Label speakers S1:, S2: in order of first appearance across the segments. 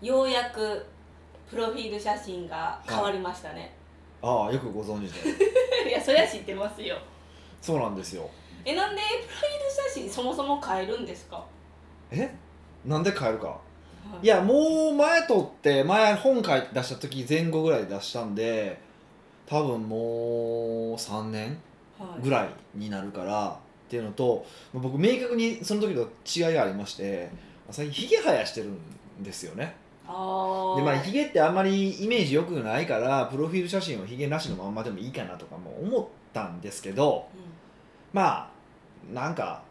S1: ようやくプロフィール写真が変わりましたね、
S2: ああよくご存知 で
S1: い、やそりゃ知ってますよ
S2: そうなんですよ
S1: えなんでプロフィール写真そもそも変えるんですか、は
S2: えなんで変えるかいやもう前撮って前本書いて出した時前後ぐらいで出したんで多分もう3年
S1: はい
S2: ぐらいになるからっていうのとまあ僕明確にその時と違いがありまして最近ヒゲ生やしてるんですよね
S1: ああ
S2: でまあヒゲってあんまりイメージ良くないからプロフィール写真をヒゲなしのまんまでもいいかなとかも思ったんですけどまあなんか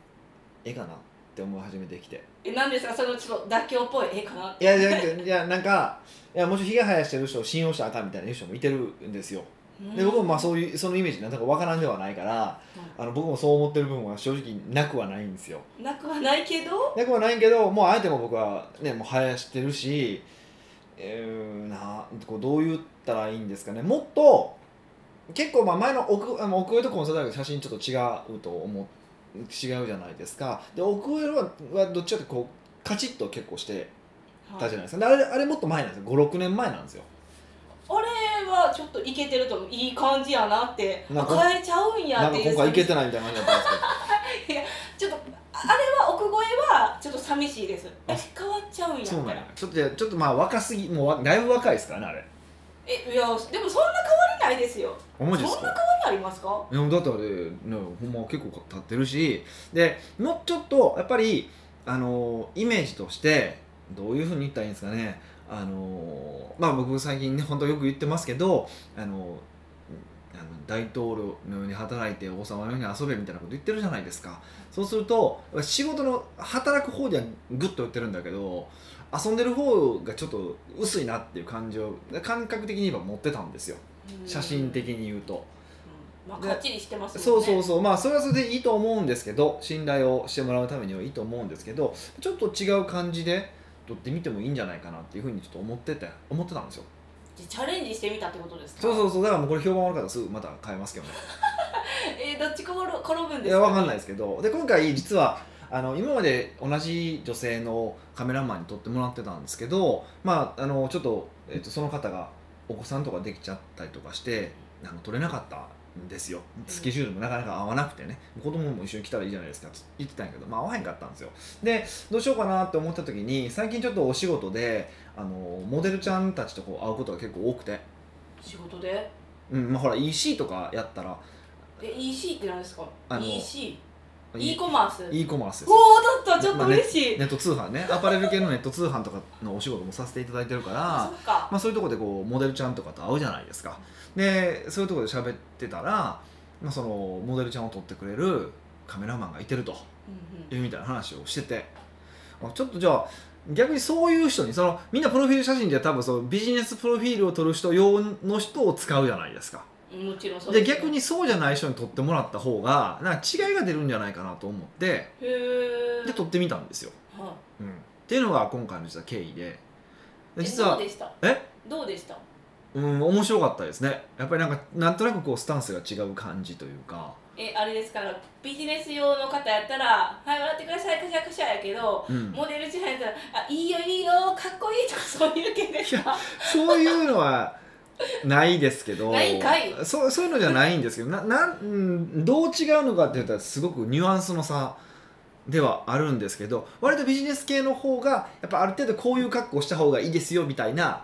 S2: ええかなって思い始めてきて
S1: えなんですかそのちょっと妥協っぽい絵かない
S2: やじゃなくていやなんかいやもちろんヒゲ生やしてる人を信用したらあかんみたいな人もいてるんですよで僕もまあそういうそのイメージなんとかわからんではないからあの僕もそう思ってる部分は正直なくはないんですよ
S1: うんなくはないけど
S2: なくはないけどもうあえても僕はねもう生やしてるしえー、なこうどう言ったらいいんですかねもっと結構まあ前の奥あの奥上とコンサートの写真ちょっと違うと思う違うじゃないですかで奥上ははどっちかってこうカチッと結構してたじゃないですか、であれあれもっと前なんですよ56年前なんですよ
S1: あれはちょっといけてるといい感じやなって
S2: なんか
S1: 変えちゃうんや
S2: な
S1: っ
S2: ん
S1: て
S2: か
S1: いう
S2: 今回いけてないみたいな感じだったんですけど
S1: ちょっとああれは奥越えはちょっと寂しいですえ変わっちゃうんやみた
S2: そう
S1: い
S2: なん
S1: な
S2: やちょっとじゃあちょっとまあ若すぎもうわだいぶ若いですからねあれ
S1: えいやでもそんな変わりないですよ
S2: マ
S1: そんな変わりありますか
S2: いやだってあれ、ね、ほんま結構経ってるしでもうちょっとやっぱりあのイメージとしてどういうふうに言ったらいいんですかねあのまあ僕最近ね本当よく言ってますけどあのあの大統領のように働いて王様のように遊べみたいなこと言ってるじゃないですかそうすると仕事の働く方ではグッと言ってるんだけど遊んでる方がちょっと薄いなっていう感情感覚的に今持ってたんですよ
S1: うん
S2: 写真的に言うと。
S1: うんまあかっちりしてます
S2: そ
S1: もん
S2: う
S1: ね
S2: そうそうまあそれはそれでいいと思うんですけど信頼をしてもらうためにはいいと思うんですけどちょっと違う感じで撮ってみてもいいんじゃないかなっていうふうにちょっと思ってて思ってたんですよ
S1: じゃあチャレンジしてみたってことですか
S2: そうそううそうだからもうこれ評判悪かったらすぐまた変えますけどね
S1: えーどっち転ぶ転ぶん
S2: い
S1: です
S2: やわかん
S1: い
S2: ないですけどで今回実はあの今まで同じ女性のカメラマンに撮ってもらってたんですけどまああのちょっと,、えっとその方がお子さんとかできちゃったりとかしてあの撮れなかったんですよスケジュールもなかなか合わなくてね子供も一緒に来たらいいじゃないですかって言ってたんやけど、まあ、合わへんかったんですよでどうしようかなって思った時に最近ちょっとお仕事であのモデルちゃんたちとこう会うことが結構多くて、
S1: 仕事で
S2: うんまあ、ほら EC とかやったら
S1: え EC って何ですか
S2: あの
S1: EC e コマース
S2: e コマースですよ
S1: おおだったちょっと嬉しい、
S2: ネット通販ねアパレル系のネット通販とかのお仕事もさせていただいてるから、
S1: そっか、
S2: まあ、そういうとこでこうモデルちゃんとかと会うじゃないですかでそういうとこで喋ってたら、まあ、そのモデルちゃんを撮ってくれるカメラマンがいてると
S1: うん
S2: いうみたいな話をしててあちょっとじゃあ逆にそういう人にそのみんなプロフィール写真って多分そのビジネスプロフィールを撮る人用の人を使うじゃないですか
S1: うん、もちろんそう
S2: で
S1: です
S2: 逆にそうじゃない人に撮ってもらった方がなんか違いが出るんじゃないかなと思って
S1: へえ
S2: で撮ってみたんですよ
S1: は
S2: うんっていうのが今回の実は経緯で
S1: い、
S2: で
S1: 実
S2: 実
S1: は
S2: は
S1: どうでした
S2: え
S1: どうでした
S2: うん面白かったですねやっぱりなんかなんとなくこうスタンスが違う感じというか、
S1: えあれですからビジネス用の方やったら「はい笑ってくださいカシャカシャ」やけど
S2: うん、
S1: モデル時代やったら「あいいよいいよかっこいい」とかそういう系です か
S2: そういうのはないですけど
S1: ないんかい
S2: そうそういうのじゃないんですけどななんうんどう違うのかって言ったらすごくニュアンスの差ではあるんですけど割とビジネス系の方がやっぱある程度こういう格好した方がいいですよみたいな。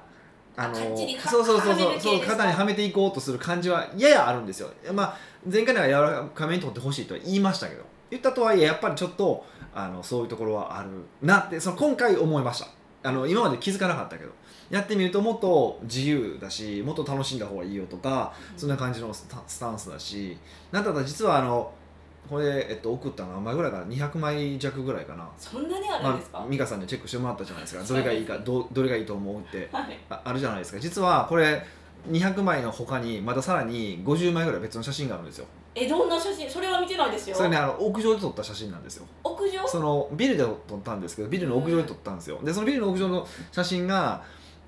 S2: あの
S1: かっちりか
S2: そうそうそう
S1: はめる
S2: そ
S1: 系
S2: うそう
S1: ですか
S2: 肩にはめていこうとする感じはややあるんですよ、まあ、前回では柔らかめに取ってほしいとは言いましたけど言ったとはいえやっぱりちょっとあのそういうところはあるなってその今回思いましたあの今まで気づかなかったけどやってみるともっと自由だしもっと楽しんだ方がいいよとかそんな感じのスタスタンスだしなんだったら実はあのこれ、えっと、送った何枚ぐらいかな200枚弱ぐらいかな、
S1: そんなにあるん
S2: ま
S1: ですか、
S2: あ、美香さんにチェックしてもらったじゃないですかどれがいいかどどれがいいと思うって
S1: はい
S2: ああるじゃないですか実はこれ200枚の他にまたさらに50枚ぐらい別の写真があるんですよ
S1: えどんな写真それは見てないですよ
S2: それねあの屋上で撮った写真なんですよ
S1: 屋上
S2: そのビルで撮ったんですけどビルの屋上で撮ったんですよでそのビルの屋上の写真が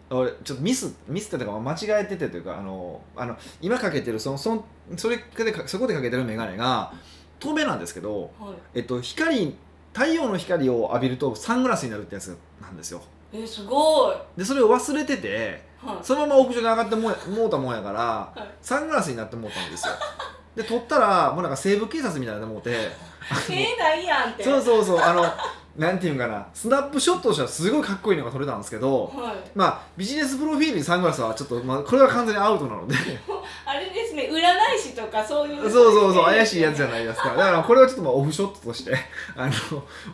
S2: 俺ちょっとミスミスってたか間違えててというかあのあの今かけてるそのそのそれでかそこでかけてる眼鏡が透明なんですけど、
S1: はい
S2: えっと、光太陽の光を浴びるとサングラスになるってやつなんですよ
S1: えすごい
S2: でそれを忘れてて
S1: はい
S2: そのまま屋上に上がってもうもうたもんやから
S1: はい
S2: サングラスになってもうたんですよで撮ったらもうなんか西部警察みたいになってもうて
S1: えないやんって
S2: そうそうそうあの なんていうんかなスナップショットとしてはすごいかっこいいのが撮れたんですけど
S1: はい
S2: まあビジネスプロフィールにサングラスはちょっと、まあ、これは完全にアウトなの で
S1: あれですね占い師とかそういう
S2: そうそうそう怪しいやつじゃないですかだからこれはちょっとまあオフショットとしてあの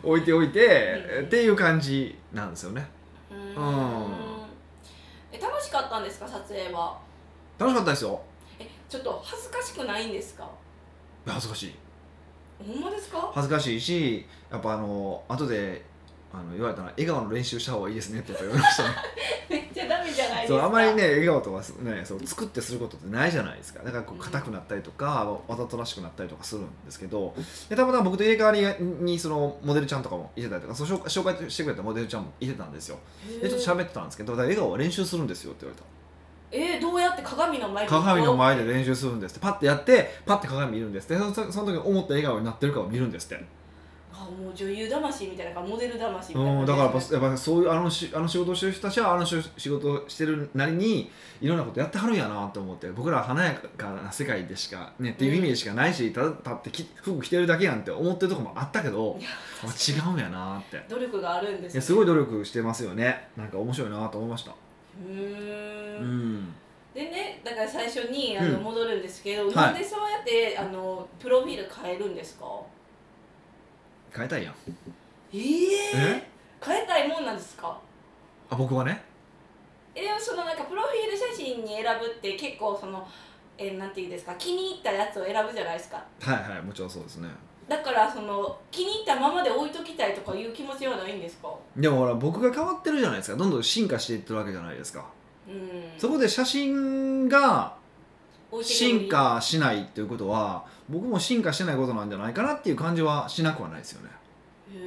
S2: 置いておいてっていう感じなんですよね
S1: うーんえ楽しかったんですか撮影は
S2: 楽しかったですよ
S1: えちょっと恥ずかしくないんですか
S2: 恥ずかしい
S1: ほんまですか
S2: 恥ずかしいしやっぱあの後であの言われたら笑顔の練習した方がいいですねってやっぱ言われましたね
S1: めっちゃダメじゃないです
S2: そ
S1: か
S2: うあまりね笑顔とかねそう作ってすることってないじゃないですかだからこう硬くなったりとか、わざとらしくなったりとかするんですけどでたまたま僕と入れ替わりにそのモデルちゃんとかもいてたりとかそう紹介紹介してくれたモデルちゃんもいてたんですよ
S1: へー
S2: でちょっと喋ってたんですけどだから笑顔は練習するんですよって言われた
S1: えーどうやって鏡の前に
S2: 鏡の前で練習するんですってパッてやってパッて鏡見るんですってそのその時に思った笑顔になってるかを見るんですって
S1: あもう女優魂みたいなかモデル魂みたいな感
S2: うん、
S1: じ
S2: だからやっ
S1: です
S2: ぱ
S1: ね
S2: やっぱそういうあのしあの仕事をしてる人たちはあのし仕事をしてるなりにいろんなことやってはるんやなと思って僕らは華やかな世界でしかねっていう意味でしかないし、ただ立ってき服着てるだけやんって思ってるとこもあったけど
S1: いや
S2: あ違うんやなって
S1: 努力があるんです、
S2: いやすごい努力してますよねなんか面白いなと思いました
S1: うー
S2: うんん
S1: でねだから最初にあの、
S2: うん
S1: 戻るんですけど、
S2: はい
S1: なんでそうやってあのプロフィール変えるんですか
S2: 変えたいやん
S1: え
S2: え
S1: 変えたいもんなんですか
S2: あ僕はね
S1: えでもそのなんかプロフィール写真に選ぶって結構そのえーなんていうんですか気に入ったやつを選ぶじゃないですか
S2: はいはいもちろんそうですね
S1: だからその気に入ったままで置いときたいとかいう気持ちはないんですか
S2: でもほら僕が変わってるじゃないですかどんどん進化していってるわけじゃないですか
S1: うん
S2: そこで写真が
S1: 置いてけぼり
S2: 進化しないっていうことは僕も進化してないことなんじゃないかなっていう感じはしなくはないですよね
S1: へー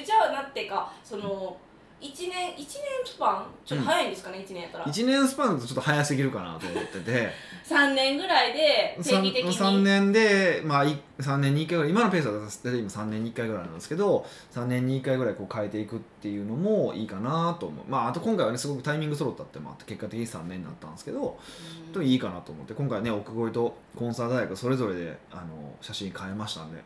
S1: えじゃあなってかその1年一年スパンちょっと早いんですかね、一1年やったら
S2: 1年スパンだとちょっと早すぎるかなと思って て
S1: 3年ぐらいで定期的
S2: 3,
S1: に
S2: 年で、まあ、い3年に1回ぐらい今のペースだと大体今3年に1回ぐらいなんですけど3年に1回ぐらいこう変えていくっていうのもいいかなと思うまああと今回はねすごくタイミング揃ったってもあって結果的に3年になったんですけど
S1: う
S2: と
S1: ん
S2: いいかなと思って今回ね奥越えとコンサート大学それぞれであの写真変えましたんで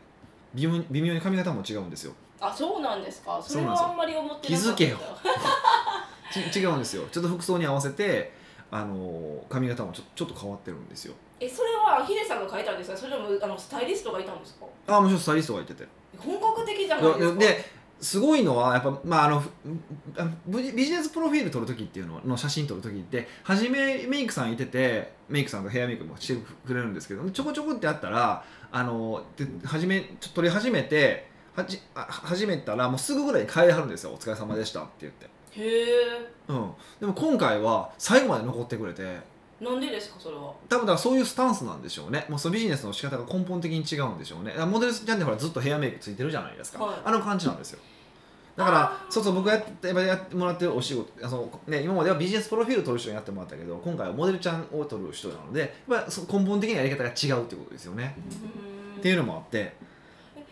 S2: 微妙に微妙に髪型も違うんですよ
S1: あそうなんですかそれ
S2: そうなんですよ
S1: はあんまり思ってなかった
S2: 気づけよ ち違うんですよちょっと服装に合わせてあのー髪型もちょちょっと変わってるんですよ
S1: えそれはヒデさんが書いたんですかそれともあのスタイリストがいたんですか
S2: ああもちろんスタイリストがいてて
S1: 本格的じゃないですか
S2: ですごいのはやっぱ、まあ、あのふあビジビジネスプロフィール撮る時っていうのの写真撮る時って初めメイクさんいててメイクさんがヘアメイクもしてくれるんですけどちょこちょこってあったらあので初めちょ撮り始めてはじあ始めたらもうすぐぐらいに帰りはるんですよ「お疲れ様でした」って言って、
S1: へえ
S2: うん、でも今回は最後まで残ってくれて
S1: なんでですかそれは
S2: 多分だからそういうスタンスなんでしょうねもうそのビジネスの仕方が根本的に違うんでしょうねだからモデルちゃんってほらずっとヘアメイクついてるじゃないですか、
S1: はい
S2: あの感じなんですよだから
S1: あー
S2: そうそう僕がやってやってもらってるお仕事あその、ね、今まではビジネスプロフィールを取る人にやってもらったけど今回はモデルちゃんを取る人なので、まあ、その根本的なやり方が違うってことですよね、
S1: うん
S2: っていうのもあって、
S1: え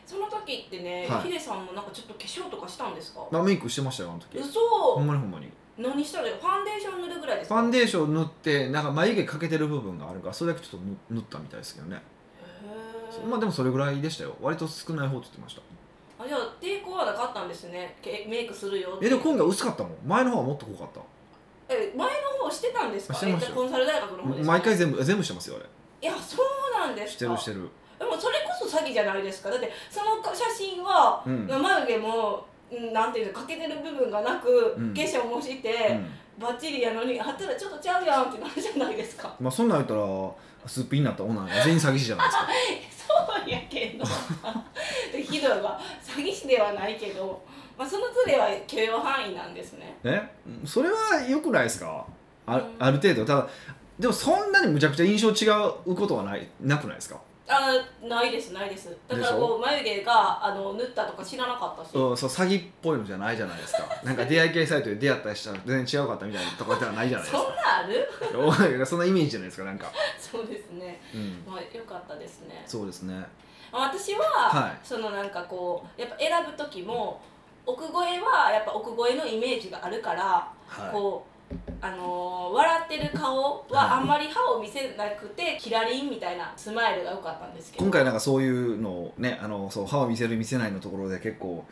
S1: その時ってね、
S2: はい
S1: ヒデさんもなんかちょっと化粧とかしたんですか
S2: まあ、メイクしてましたよあの時
S1: 嘘、
S2: ほんまにほんまに
S1: 何したのファンデーション塗るぐらいです
S2: フ
S1: か
S2: ァンデーション塗ってなんか眉毛かけてる部分があるからそれだけちょっと塗塗ったみたいですけどね、
S1: へー
S2: まあでもそれぐらいでしたよ割と少ない方って言ってました
S1: あじゃあ抵抗はなかったんですねけメイクするよって
S2: えでも今回薄かったもん前の方はもっと濃かった
S1: え前の方してたんですか
S2: してましたよ
S1: えコンサル大学の方ですか
S2: 毎回全部全部してますよあ
S1: いやそうなんで
S2: れ
S1: すか
S2: してるしてる
S1: でもそれこそ詐欺じゃないですかだってその写真は、
S2: うん、うん
S1: 眉毛もうんなんていうのかけてる部分がなく、
S2: うん
S1: 化粧もして、バッチリやのに貼ったらちょっとちゃうやんってなるじゃないです か
S2: まあそんなん言ったらすっぴんになった女が全員詐欺師じゃないですか
S1: そうやけど でひどいわ詐欺師ではないけど、まあ、そのズレは許容範囲なんですね
S2: ねそれはよくないですかあ
S1: うん
S2: ある程度ただでもそんなにむちゃくちゃ印象違うことはないなくないですか、
S1: あないですないですだからこう眉毛があの縫ったとか知らなかったし、
S2: うん、そう詐欺っぽいのじゃないじゃないですか なんか出会い系サイトで出会った人は全然違うかったみたいなとかではないじゃないです
S1: そ んなある
S2: かわかんないけどそんなイメージじゃないですかなんか、
S1: そうですね
S2: うん、
S1: まあよかったですね
S2: そうですね
S1: 私は、
S2: はい
S1: そのなんかこうやっぱ選ぶ時も奥越えはやっぱ奥越えのイメージがあるから、
S2: は
S1: こうあのー笑ってる顔はあんまり歯を見せなくて、キラリンみたいなスマイルが良かったんです
S2: い、
S1: けど
S2: 今回なんかそういうのをねあのそう歯を見せる見せないのところで結構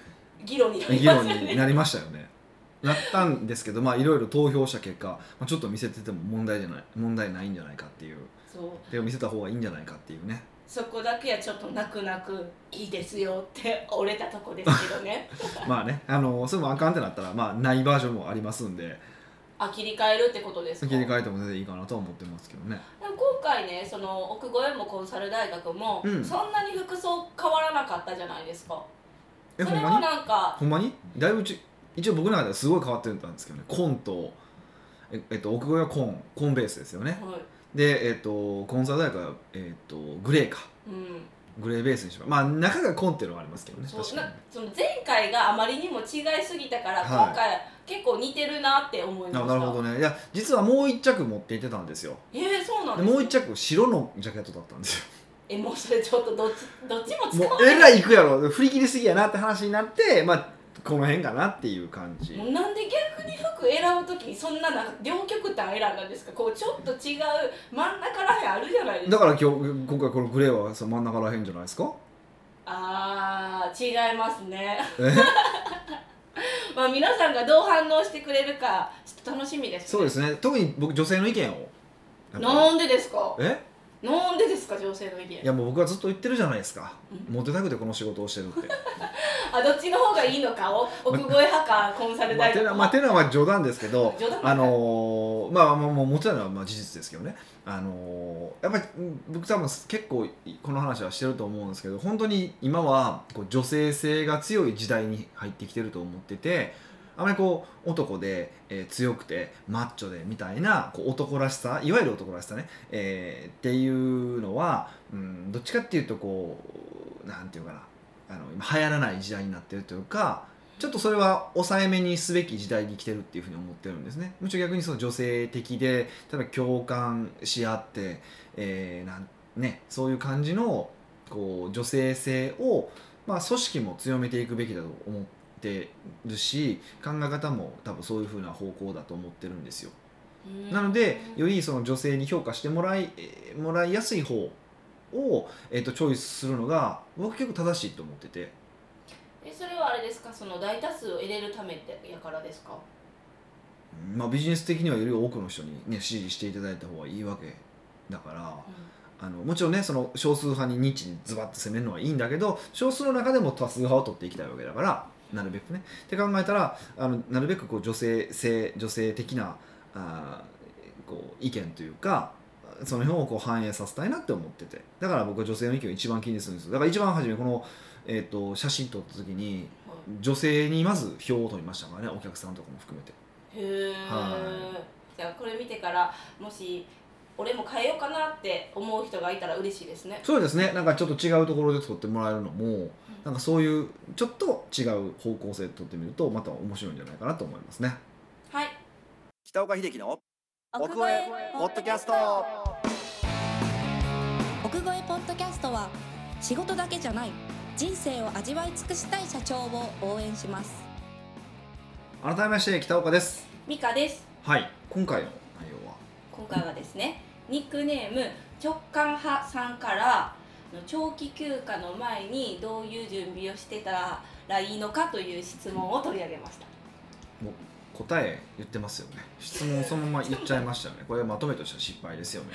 S1: 議論になり
S2: 議
S1: ま
S2: 論
S1: すよ
S2: に
S1: ね。
S2: なりましたよね。 なったんですけどまあいろいろ投票した結果、まあ、ちょっと見せてても問題じゃない問題ないんじゃないかっていう
S1: そう
S2: でも見せた方がいいんじゃないかっていうね
S1: そこだけはちょっと泣く泣くいいですよって折れたとこですけど ね
S2: まあねあのそれもあかんってなったらまあないバージョンもありますんで
S1: あ切り替えるってことですか
S2: 切り替えても全然いいかなとは思ってますけどね
S1: でも今回ねその奥越えもコンサル大学も、
S2: うん
S1: そんなに服装変わらなかったじゃないですか
S2: え
S1: そ
S2: ほ
S1: れ
S2: ん
S1: も
S2: まに
S1: なんか
S2: ほんまにだいぶうち一応僕の中ではすごい変わってたんですけどねコンとえ、えっと、奥越えはコンコンベースですよね
S1: は
S2: でえっとコンサル大学は、えっと、グレーか
S1: いうん
S2: グレーベースにしままあ中がコンっていうのはありますけどね
S1: そう
S2: 確かに
S1: なその前回があまりにも違いすぎたから、
S2: はい
S1: 今回結構似てるなって思いました
S2: あなるほどねいや実はもう一着持っていってたんですよ
S1: えー、そうなん
S2: で
S1: です
S2: もう一着白のジャケットだったんです
S1: えもうそれちょっとどっち どっちも使
S2: よ
S1: わ
S2: もうえらい行くやろ振り切りすぎやなって話になってまあこの辺かなっていう感じ
S1: もうなんで逆に服選ぶときにそんななんか両極端選んだんですかこうちょっと違う真ん中らへんあるじゃないです
S2: だ
S1: か
S2: から今日今回このグレーはその真ん中らへんじゃないですか
S1: あー違いますね
S2: え
S1: まあ皆さんがどう反応してくれるかちょっと楽しみです、ね、
S2: そうですね特に僕女性の意見をやっぱ
S1: なんでですか
S2: りえ
S1: なんでですか女性の意
S2: い
S1: 見
S2: やもう僕はずっと言ってるじゃないですか
S1: う
S2: モテたくてこの仕事をしてるって
S1: あどっちの方がいいのかお奥越え派かコンサル
S2: まあ、
S1: 大
S2: て
S1: 学
S2: なまあ、てなは冗談ですけ ど
S1: 冗談
S2: あのーまあまあもうもちろんはまあ事実ですけどね、あのーやっぱりうん僕多分結構この話はしてると思うんですけど本当に今はこう女性性が強い時代に入ってきてると思っててあまりこう男で、えー強くてマッチョでみたいなこう男らしさいわゆる男らしさね、えーっていうのは、うん、どっちかっていうとこうなんていうかなあの今流行らない時代になってるというかちょっとそれは抑えめにすべき時代に来てるっていうふうに思ってるんですねむしろ逆にその女性的で例えば共感し合って、えーなんね、そういう感じのこう女性性を、まあ、組織も強めていくべきだと思ってるし考え方も多分そういうふうな方向だと思ってるんですよ
S1: うん
S2: なのでよりその女性に評価してもらいえーもらいやすい方を、えー、とチョイスするのが僕結構正しいと思ってて。
S1: えそれはあれですかその大多数を入れるためってやからですか
S2: まあ、ビジネス的にはより多くの人に、ね、支持していただいた方がいいわけだからあのもちろんねその少数派にニッチにズバッと攻めるのはいいんだけど少数の中でも多数派を取っていきたいわけだからなるべくね。って考えたらあのなるべくこう女性性女性的なあーこう意見というかその辺をこう反映させたいなって思っててだから僕は女性の意見を一番気にするんですよだから一番初めこの、えー、と写真撮った時に
S1: は
S2: 女性にまず票を取りましたからねお客さんとかも含めて。
S1: いへえ
S2: は
S1: じゃあこれ見てからもし俺も変えようかなって思う人がいたら嬉しいですね
S2: そうですねなんかちょっと違うところで撮ってもらえるのもなんかそういうちょっと違う方向性で撮ってみるとまた面白いんじゃないかなと思いますね
S1: はい
S2: 北岡秀樹の
S3: 奥越えポッドキャスト奥越えポッドキャストは仕事だけじゃない人生を味わい尽くしたい社長を応援します
S2: 改めまして北岡です
S1: ミカです
S2: はい今回の内容は
S1: 今回はですねニックネーム直感派さんから長期休暇の前にどういう準備をしてたらいいのかという質問を取り上げました
S2: 答え言ってますよね質問そのまま言っちゃいま したよねこれまとめとしては失敗ですよね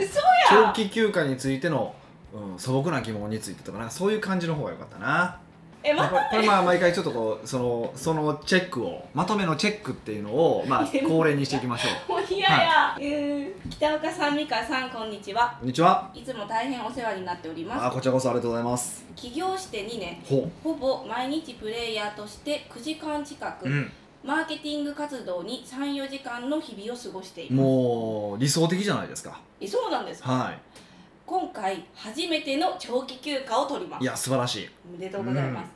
S1: 嘘
S2: 長
S1: や
S2: 期休暇についての、うん、素朴な疑問についてとかなんかそういう感じの方が良かったな
S1: え
S2: ま
S1: ま
S2: あこれこれまあ毎回ちょっとこうそのそのチェックをまとめのチェックっていうのをまあ恒例にしていきましょう
S1: もう嫌や、えー北岡さん美香さんこんにちは
S2: こんにちはい
S1: つも大変お世話になっており
S2: あ
S1: ます
S2: こちらこそありがとうございます
S1: 起業して2年
S2: ほ
S1: ほぼ毎日プレイヤーとして9時間近く、
S2: う、うん、
S1: マーケティング活動に34時間の日々を過ごしています
S2: もう理想的じゃないですか
S1: えそうなんですか
S2: は
S1: 今回初めての長期休暇を取りま
S2: いい
S1: す
S2: や素晴らしい
S1: おめでとうございます、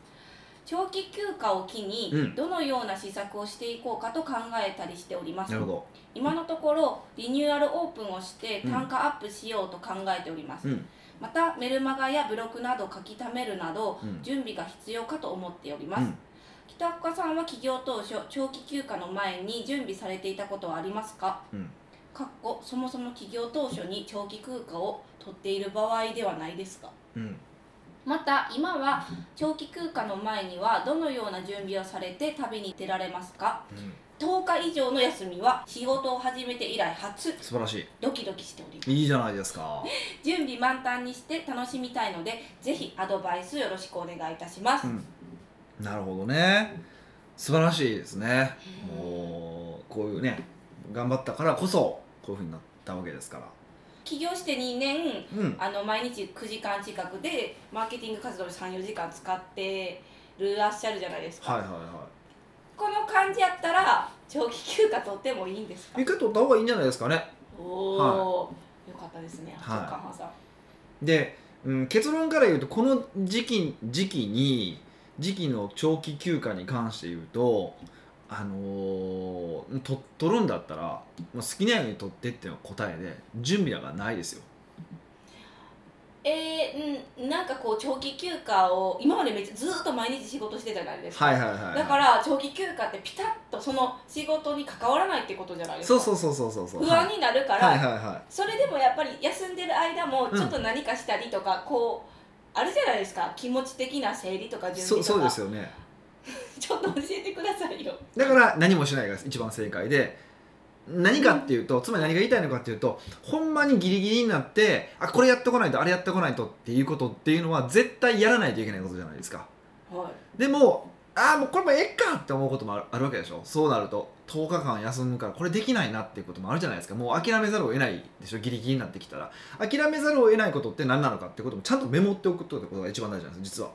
S1: 長期休暇を機に
S2: うん
S1: どのような施策をしていこうかと考えたりしております、
S2: なるほ
S1: 今のところリニューアルオープンをして
S2: うん
S1: 単価アップしようと考えております、
S2: どうん
S1: またメルマガやブログなど書き溜めるなど
S2: うん
S1: 準備が必要かと思っておりま
S2: う
S1: す、
S2: ん
S1: 北岡さんは企業当初長期休暇の前に準備されていたことはありますか
S2: うん
S1: かっこそもそも企業当初に長期休暇を取っている場合ではないですか
S2: うん
S1: また今は長期休暇の前にはどのような準備をされて旅に出られますか
S2: うん
S1: 10日以上の休みは仕事を始めて以来初
S2: 素晴らし
S1: ドキドキしております
S2: いいいじゃないですか
S1: 準備満タンにして楽しみたいのでぜひアドバイスよろしくお願いいたします、
S2: うん、なるほどね素晴らしいですねもうこういうね頑張ったからこそこういうふうになったわけですから
S1: 起業して2年
S2: うん
S1: あの毎日9時間近くでマーケティング活動で34時間使ってるらっしゃるじゃないですか、
S2: はいはいは
S1: この感じやったら長期休暇取ってもいいんですか
S2: い一回取った方がいいんじゃないですかね
S1: おおー、よかったですね
S2: はい
S1: 直感派さん
S2: で、うん、結論から言うとこの時期時期に時期の長期休暇に関して言うとあのーと取るんだったらもう好きなように取ってっていうのが答えで準備なんかないですよ
S1: えー、うんなんかこう長期休暇を今までめっちゃずーっと毎日仕事してたじゃないですか、
S2: はいはいはい、
S1: だから長期休暇ってピタッとその仕事に関わらないってことじゃないです
S2: そう
S1: か
S2: そうそうそうそうそう
S1: 不安になるから、
S2: はいはいはいはい
S1: それでもやっぱり休んでる間もちょっと何かしたりとか、こうあるじゃないですか気持ち的な整理とか準備と
S2: そ
S1: か
S2: そうですよね
S1: ちょっと教えてくださいよ
S2: だから何もしないが一番正解で何かっていうとつまり何が言いたいのかっていうとほんまにギリギリになってあこれやってこないとあれやってこないとっていうことっていうのは絶対やらないといけないことじゃないですか
S1: はい
S2: でもああもうこれもええかって思うこともあるあるわけでしょそうなると10日間休むからこれできないなっていうこともあるじゃないですかもう諦めざるを得ないでしょギリギリになってきたら諦めざるを得ないことって何なのかってこともちゃんとメモっておくってことが一番大事なんです実は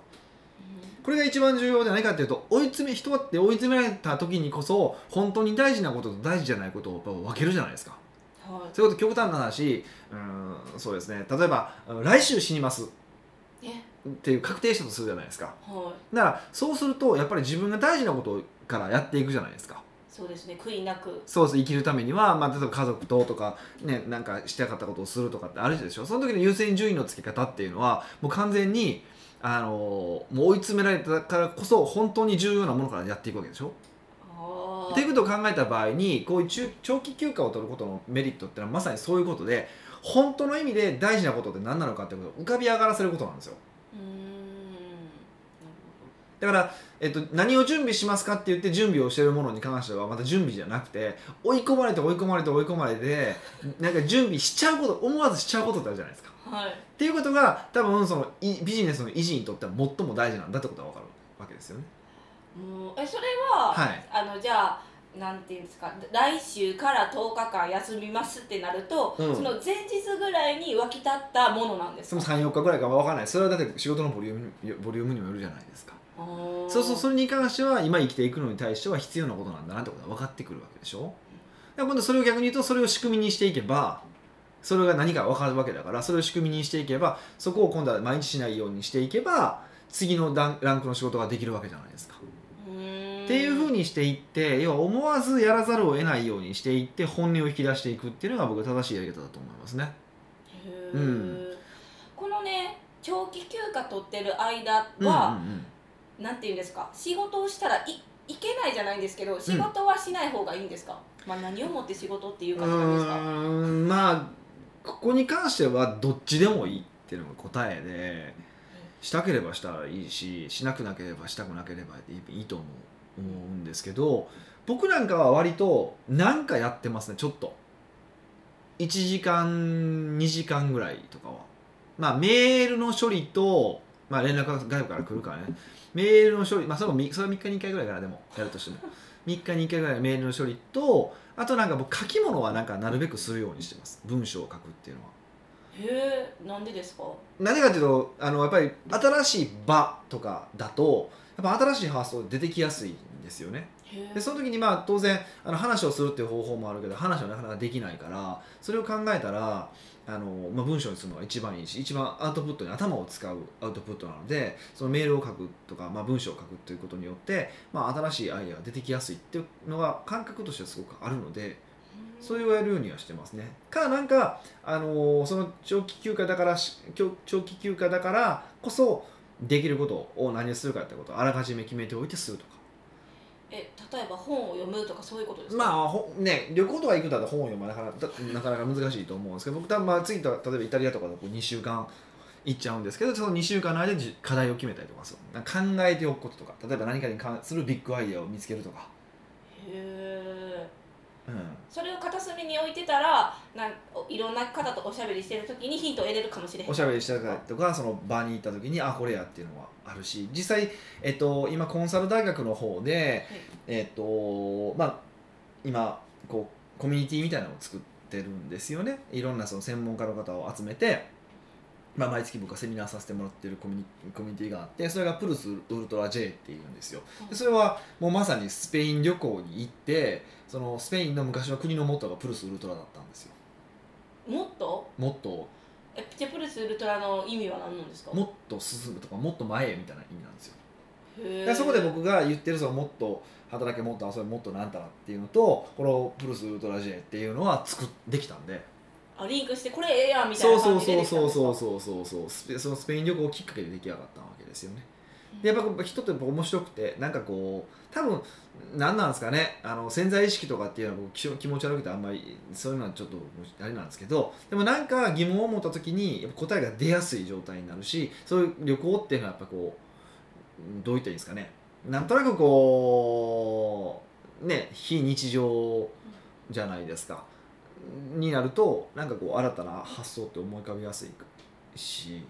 S2: これが一番重要じゃないかっていうと追い詰め人はって追い詰められた時にこそ本当に大事なことと大事じゃないことをやっぱ分けるじゃないですか
S1: は
S2: そういうこと極端な話うーんそうですね例えばうん来週死にますっ
S1: いえ
S2: ていう確定したとするじゃないですか
S1: はい
S2: だからそうするとやっぱり自分が大事なことからやっていくじゃないですか
S1: そうですね悔いなく
S2: そうです生きるためには、まあ、例えば家族ととかねなんかしたかったことをするとかってあるでしょその時の優先順位のつけ方っていうのはもう完全にあのもう追い詰められたからこそ本当に重要なものからやっていくわけでしょ
S1: あ
S2: っていうことを考えた場合にこういう中長期休暇を取ることのメリットってのはまさにそういうことで本当の意味で大事なことって何なのかってことを浮かび上がらせることなんですよ
S1: うーんなる
S2: だから、えっと、何を準備しますかって言って準備をしているものに関してはまた準備じゃなくて追い込まれて追い込まれて追い込まれてなんか準備しちゃうこと思わずしちゃうことってあるじゃないですか
S1: ほどはい
S2: っていうことが多分そのいビジネスの維持にとっては最も大事なんだってことが分かるわけですよね
S1: もうえそれは、
S2: はい
S1: あのじゃあなんていうんですか来週から10日間休みますってなると、
S2: うん
S1: その前日ぐらいに湧き立ったものなんです
S2: その
S1: か
S2: 34日ぐらいかは分からないそれはだって仕事のボリュームボリュームにもよるじゃないですか
S1: あー
S2: そうそうそれに関しては今生きていくのに対しては必要なことなんだなってことが分かってくるわけでしょだから今度それを逆に言うとそれを仕組みにしていけばそれが何か分かるわけだからそれを仕組みにしていけばそこを今度は毎日しないようにしていけば次の段ランクの仕事ができるわけじゃないですか。
S1: うーん
S2: っていうふうにしていって要は思わずやらざるを得ないようにしていって本音を引き出していくっていうのが僕は正しいやり方だと思いますね。
S1: へー
S2: うん
S1: このね長期休暇取ってる間
S2: うんうん
S1: は、なんていうんですか仕事をしたらいいけないじゃないんですけど仕事はしない方がいいんですか、まあ、何をもって仕事っていう
S2: う
S1: 感じなんですか
S2: ーんまあここに関してはどっちでもいいっていうのが答えでしたければしたらいいししなくなければしたくなければいいと思う思うんですけど僕なんかは割となんかやってますねちょっと1時間2時間ぐらいとかはまあメールの処理と、まあ、連絡が外部から来るからねメールの処理まあそれもみそれは3日に1回ぐらいからでもやるとしても3日に1回ぐらいメールの処理とあとなんか僕書き物はなんかなるべくするようにしてます文章を書くっていうのは
S1: へえなんでですか
S2: なぜかというとあのやっぱり新しい場とかだとやっぱ新しい発想出てきやすいんですよね
S1: へ
S2: で
S1: え
S2: その時にまあ当然あの話をするっていう方法もあるけど話はなかなかできないからそれを考えたらあの、まあ、文章にするのが一番いいし一番アウトプットに頭を使うアウトプットなのでそのメールを書くとか、まあ、文章を書くということによって、まあ、新しいアイデアが出てきやすいっていうのが感覚としてはすごくあるのでそれをやるようにはしてますね。かなんか、あのーその長期休暇だからし長長期休暇だからこそできることを何をするかってことをあらかじめ決めておいてするとか
S1: 例えば本を読むとかそういうことですか
S2: まあほね、旅行とか行くんだったら本を読まなかなだなかなか難しいと思うんですけど僕多分まあ次と例えばイタリアとかだとこう2週間行っちゃうんですけどその2週間の間にじ課題を決めたりとかするなんか考えておくこととか例えば何かに関するビッグアイデアを見つけるとか、
S1: へえ
S2: うん、
S1: それを片隅に置いてたらなんいろんな方とおしゃべりしてる時にヒントを得れるかもしれへん
S2: おしゃべりしたりとかその場に行った時にあこれやっていうのはあるし実際、えっと、今コンサル大学の方で、えっとまあ、今こうコミュニティみたいなのを作ってるんですよねいろんなその専門家の方を集めて、まあ、毎月僕はセミナーさせてもらってるコミュニコミュニティがあってそれがプルスウルトラ J っていうんですよでそれはもうまさにスペイン旅行に行ってそのスペインの昔の国のモットーがプルスウルトラだったんですよ
S1: もっと
S2: モットーを
S1: えじゃあプルスウルトラの意味は何なんですか
S2: もっと進むとかもっと前へみたいな意味なんですよ
S1: へ
S2: で
S1: え
S2: そこで僕が言ってるそのもっと働けもっと遊べもっとなんたらっていうのとこのプルスウルトラ J っていうのは作っできたんで
S1: あリンクしてこれええやんみたい
S2: そう
S1: な
S2: そ
S1: 感
S2: う
S1: じで
S2: そう
S1: できたん
S2: そう
S1: ですか
S2: そうそうそうそうスペそのスペイン旅行をきっかけで出来上がったわけですよねでやっぱ人ってやっぱ面白くてなんかこう多分何なんですかねあの潜在意識とかっていうのは僕気気持ち悪くてあんまりそういうのはちょっとあれなんですけどでもなんか疑問を持った時にやっぱ答えが出やすい状態になるしそういう旅行っていうのはやっぱこううんどう言ったらいいんですかねなんとなくこうね非日常じゃないですかになるとなんかこう新たな発想って思い浮かびやすいし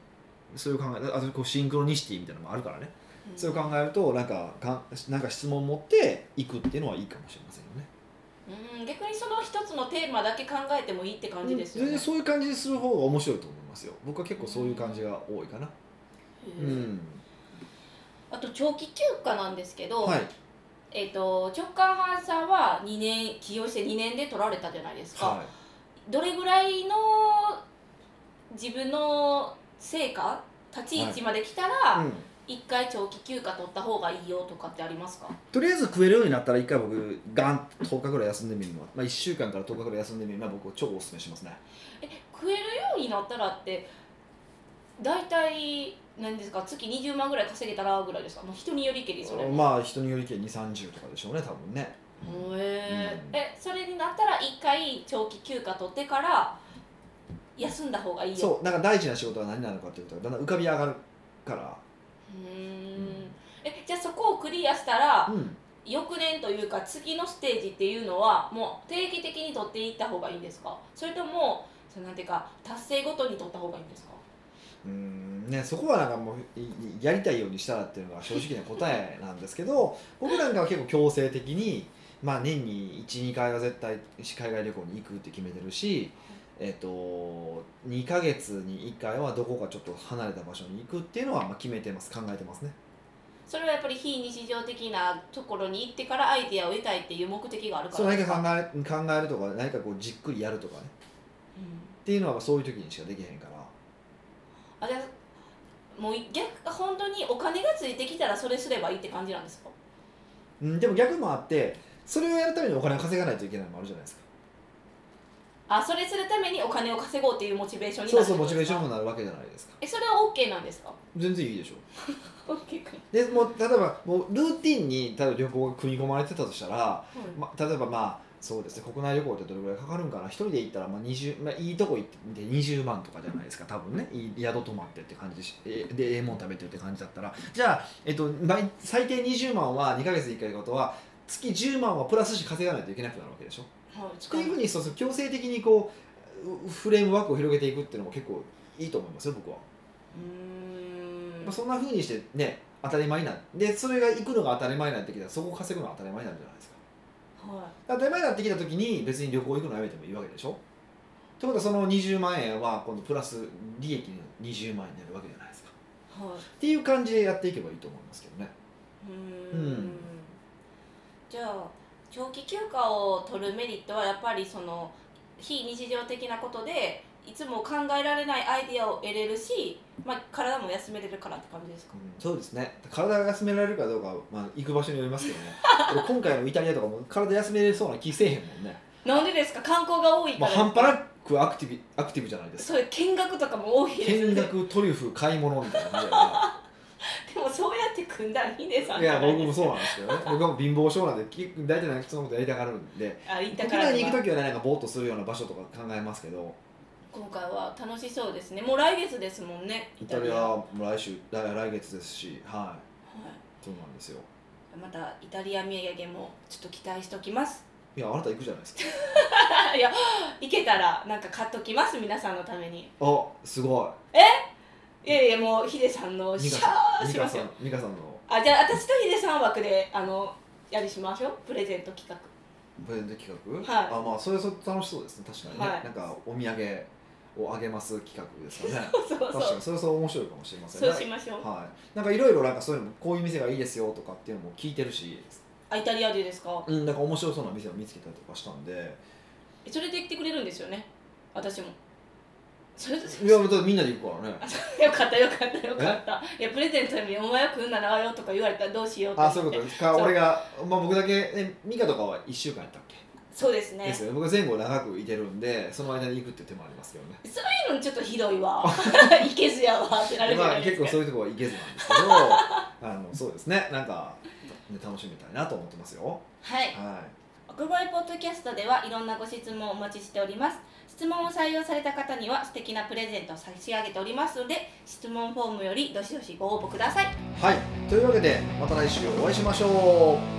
S2: そういう考えあとこうシンクロニシティみたいなのもあるからね
S1: うん
S2: そう考えるとなんかかんなんか質問を持っていくっていうのはいいかもしれませんよね。
S1: うん逆にその一つのテーマだけ考えてもいいって感じですよ
S2: 全
S1: ね
S2: 然そういう感じにする方が面白いと思いますよ。僕は結構そういう感じが多いかな。
S1: へ
S2: う
S1: え
S2: ん。
S1: あと長期休暇なんですけど、
S2: はい。
S1: えっと直感班さんは2年起用して2年で取られたじゃないですか、
S2: は
S1: どれぐらいの自分の成果立ち位置まで来た
S2: い。う
S1: ら
S2: ん。
S1: 一回長期休暇取った方がいいよとかってありますか
S2: とりあえず食えるようになったら一回僕ガンと10日ぐらい休んでみるのは、まあ1週間から10日ぐらい休んでみるのは僕は超おすすめしますね。
S1: え食えるようになったらって大体何ですか月20万ぐらい稼げたらぐらいですかもう人によりけりそれも
S2: まあ人によりけり2、30とかでしょうね多分ね。
S1: へ
S2: うん
S1: ーえそれになったら一回長期休暇取ってから休んだ方がいいよ
S2: そうなんか大事な仕事は何なのかっていうことがだんだん浮かび上がるから。
S1: うーんえじゃあそこをクリアしたら
S2: うん。
S1: 翌年というか次のステージっていうのはもう定期的に取っていった方がいいんですかそれともそのなんていうか達成ごとに取った方がいいんですか
S2: うーんね、そこはなんかもういいやりたいようにしたらっていうのが正直な答えなんですけど 僕なんかは結構強制的に、まあ、年に12回は絶対海外旅行に行くって決めてるし、えっと2ヶ月に1回はどこかちょっと離れた場所に行くっていうのはまあ決めてます考えてますね。
S1: それはやっぱり非日常的なところに行ってからアイディアを得たいっていう目的があるか
S2: そう
S1: ら
S2: 何
S1: です
S2: か
S1: か
S2: 考え考えるとか何かこうじっくりやるとかね
S1: うん
S2: っていうのはそういう時にしかできへんから。
S1: あじゃあもう逆本当にお金がついてきたらそれすればいいって感じなんですか
S2: うん、でも逆もあってそれをやるためにお金を稼がないといけないのもあるじゃないですか。
S1: あそれするためにお金を稼ごうっていうモチベーションにな
S2: そう
S1: るって
S2: そう
S1: こ
S2: モ
S1: と
S2: チベ
S1: で
S2: ー
S1: すか
S2: ションにもなるわけじゃないですか。
S1: えそれは OK なんですか
S2: 全然いいでしょ
S1: OK か、
S2: でもう例えばもうルーティンに例えば旅行が組み込まれてたとしたら、
S1: うん
S2: ま、例えばまあそうですね国内旅行ってどれぐらいかかるんかな一人で行ったらまあ20、まあ、いいとこ行ってみて20万とかじゃないですか多分ねいい宿泊まってって感じでしえでええもん食べてって感じだったらじゃあ、えっと、毎最低20万は2ヶ月に1回ってことは月10万はプラスして稼がないといけなくなるわけでしょ。
S1: はい
S2: っていうふうにそうそう強制的にこううフレームワークを広げていくっていうのも結構いいと思いますよ僕は。
S1: うーん
S2: まあ、そんな風にしてね当たり前になでそれが行くのが当たり前になってきたらそこを稼ぐのが当たり前になるじゃないですか
S1: はい
S2: 当たり前になってきた時に別に旅行行くのやめてもいいわけでしょってことはその20万円は今度プラス利益の20万円になるわけじゃないですか
S1: はい
S2: っていう感じでやっていけばいいと思いますけどね
S1: うー
S2: うんん
S1: じゃあ長期休暇を取るメリットはやっぱりその非日常的なことでいつも考えられないアイディアを得れるし、まあ、体も休めれるからって感じですか
S2: そうですね体が休められるかどうかは、まあ、行く場所によりますけどね 俺今回のイタリアとかも体休めれそうな気せえへんもんね、
S1: なんでですか観光が多いか
S2: まあ、
S1: らですか、
S2: 半端なくアクティブアクティブじゃないですか
S1: そういう見学とかも多いです
S2: 見
S1: ね
S2: 学トリュフ買い物みたいな感じやから
S1: でもそうやって組んだらヒデさん
S2: い
S1: じゃ
S2: や
S1: ない
S2: 僕
S1: で
S2: も
S1: す
S2: そうなんですけどね 僕も貧乏性なんでき大体なんか人のことやりたがるんで
S1: あ行った
S2: 国
S1: から
S2: 内に
S1: に
S2: 行
S1: は
S2: く時はねなんかぼーっとするような場所とか考えますけど
S1: 今回は楽しそうですねもう来月ですもんね
S2: イタリア
S1: は
S2: も来週来来月ですしはいそうなんですよ
S1: い、またイタリア土産もちょっと期待しておきます
S2: いやあなた行くじゃないですか
S1: いや行けたらなんか買っときます皆さんのために
S2: あすご
S1: いやいやもうヒデさんの
S2: い美
S1: シ
S2: 香
S1: ャ
S2: さ
S1: ー
S2: ん
S1: し
S2: 美
S1: ま
S2: 香
S1: す
S2: さ
S1: よ
S2: ん美香さんの
S1: あじゃあ私とヒデさん枠であのやりしましょうプレゼント企画
S2: プレゼント企画、
S1: はい
S2: あまあそれそれ楽しそうですね確かにね、
S1: はい
S2: なんかお土産をあげます企画ですかね
S1: そうそう
S2: 確かにそれそう面白いかもしれません
S1: そうしましょう
S2: はい、なんかいろいろなんかそういうのもこういう店がいいですよとかっていうのも聞いてるし、
S1: あイタリアでですか
S2: うん、なんか面白そうな店を見つけたりとかしたんで
S1: えそれで来てくれるんですよね私もそれで
S2: いやだってみんなで行くから ね
S1: よかったよかったよかったいやプレゼントに「お前は食うならあよ」とか言われたらどうしようと思
S2: あ
S1: って
S2: そういうことですか
S1: そう
S2: 俺が、まあ、僕だけ、ね、ミカとかは1週間やったっけ、
S1: そうですね
S2: ですよね僕前後長くいてるんでその間に行くっていう手もありますけどね
S1: そういうのちょっとひどい わ いけずやわってなるじゃ
S2: ま
S1: な
S2: あ、
S1: いで
S2: 結
S1: すか、
S2: 構そういうところはいけずなんですけど あのそうですねなんか、ね、楽しみたいなと思ってますよ
S1: はい
S2: は
S1: 奥越ポッドキャストではいろんなご質問をお待ちしております質問を採用された方には素敵なプレゼントを差し上げておりますので質問フォームよりどしどしご応募ください
S2: い、はい、というわけでまた来週お会いしましょう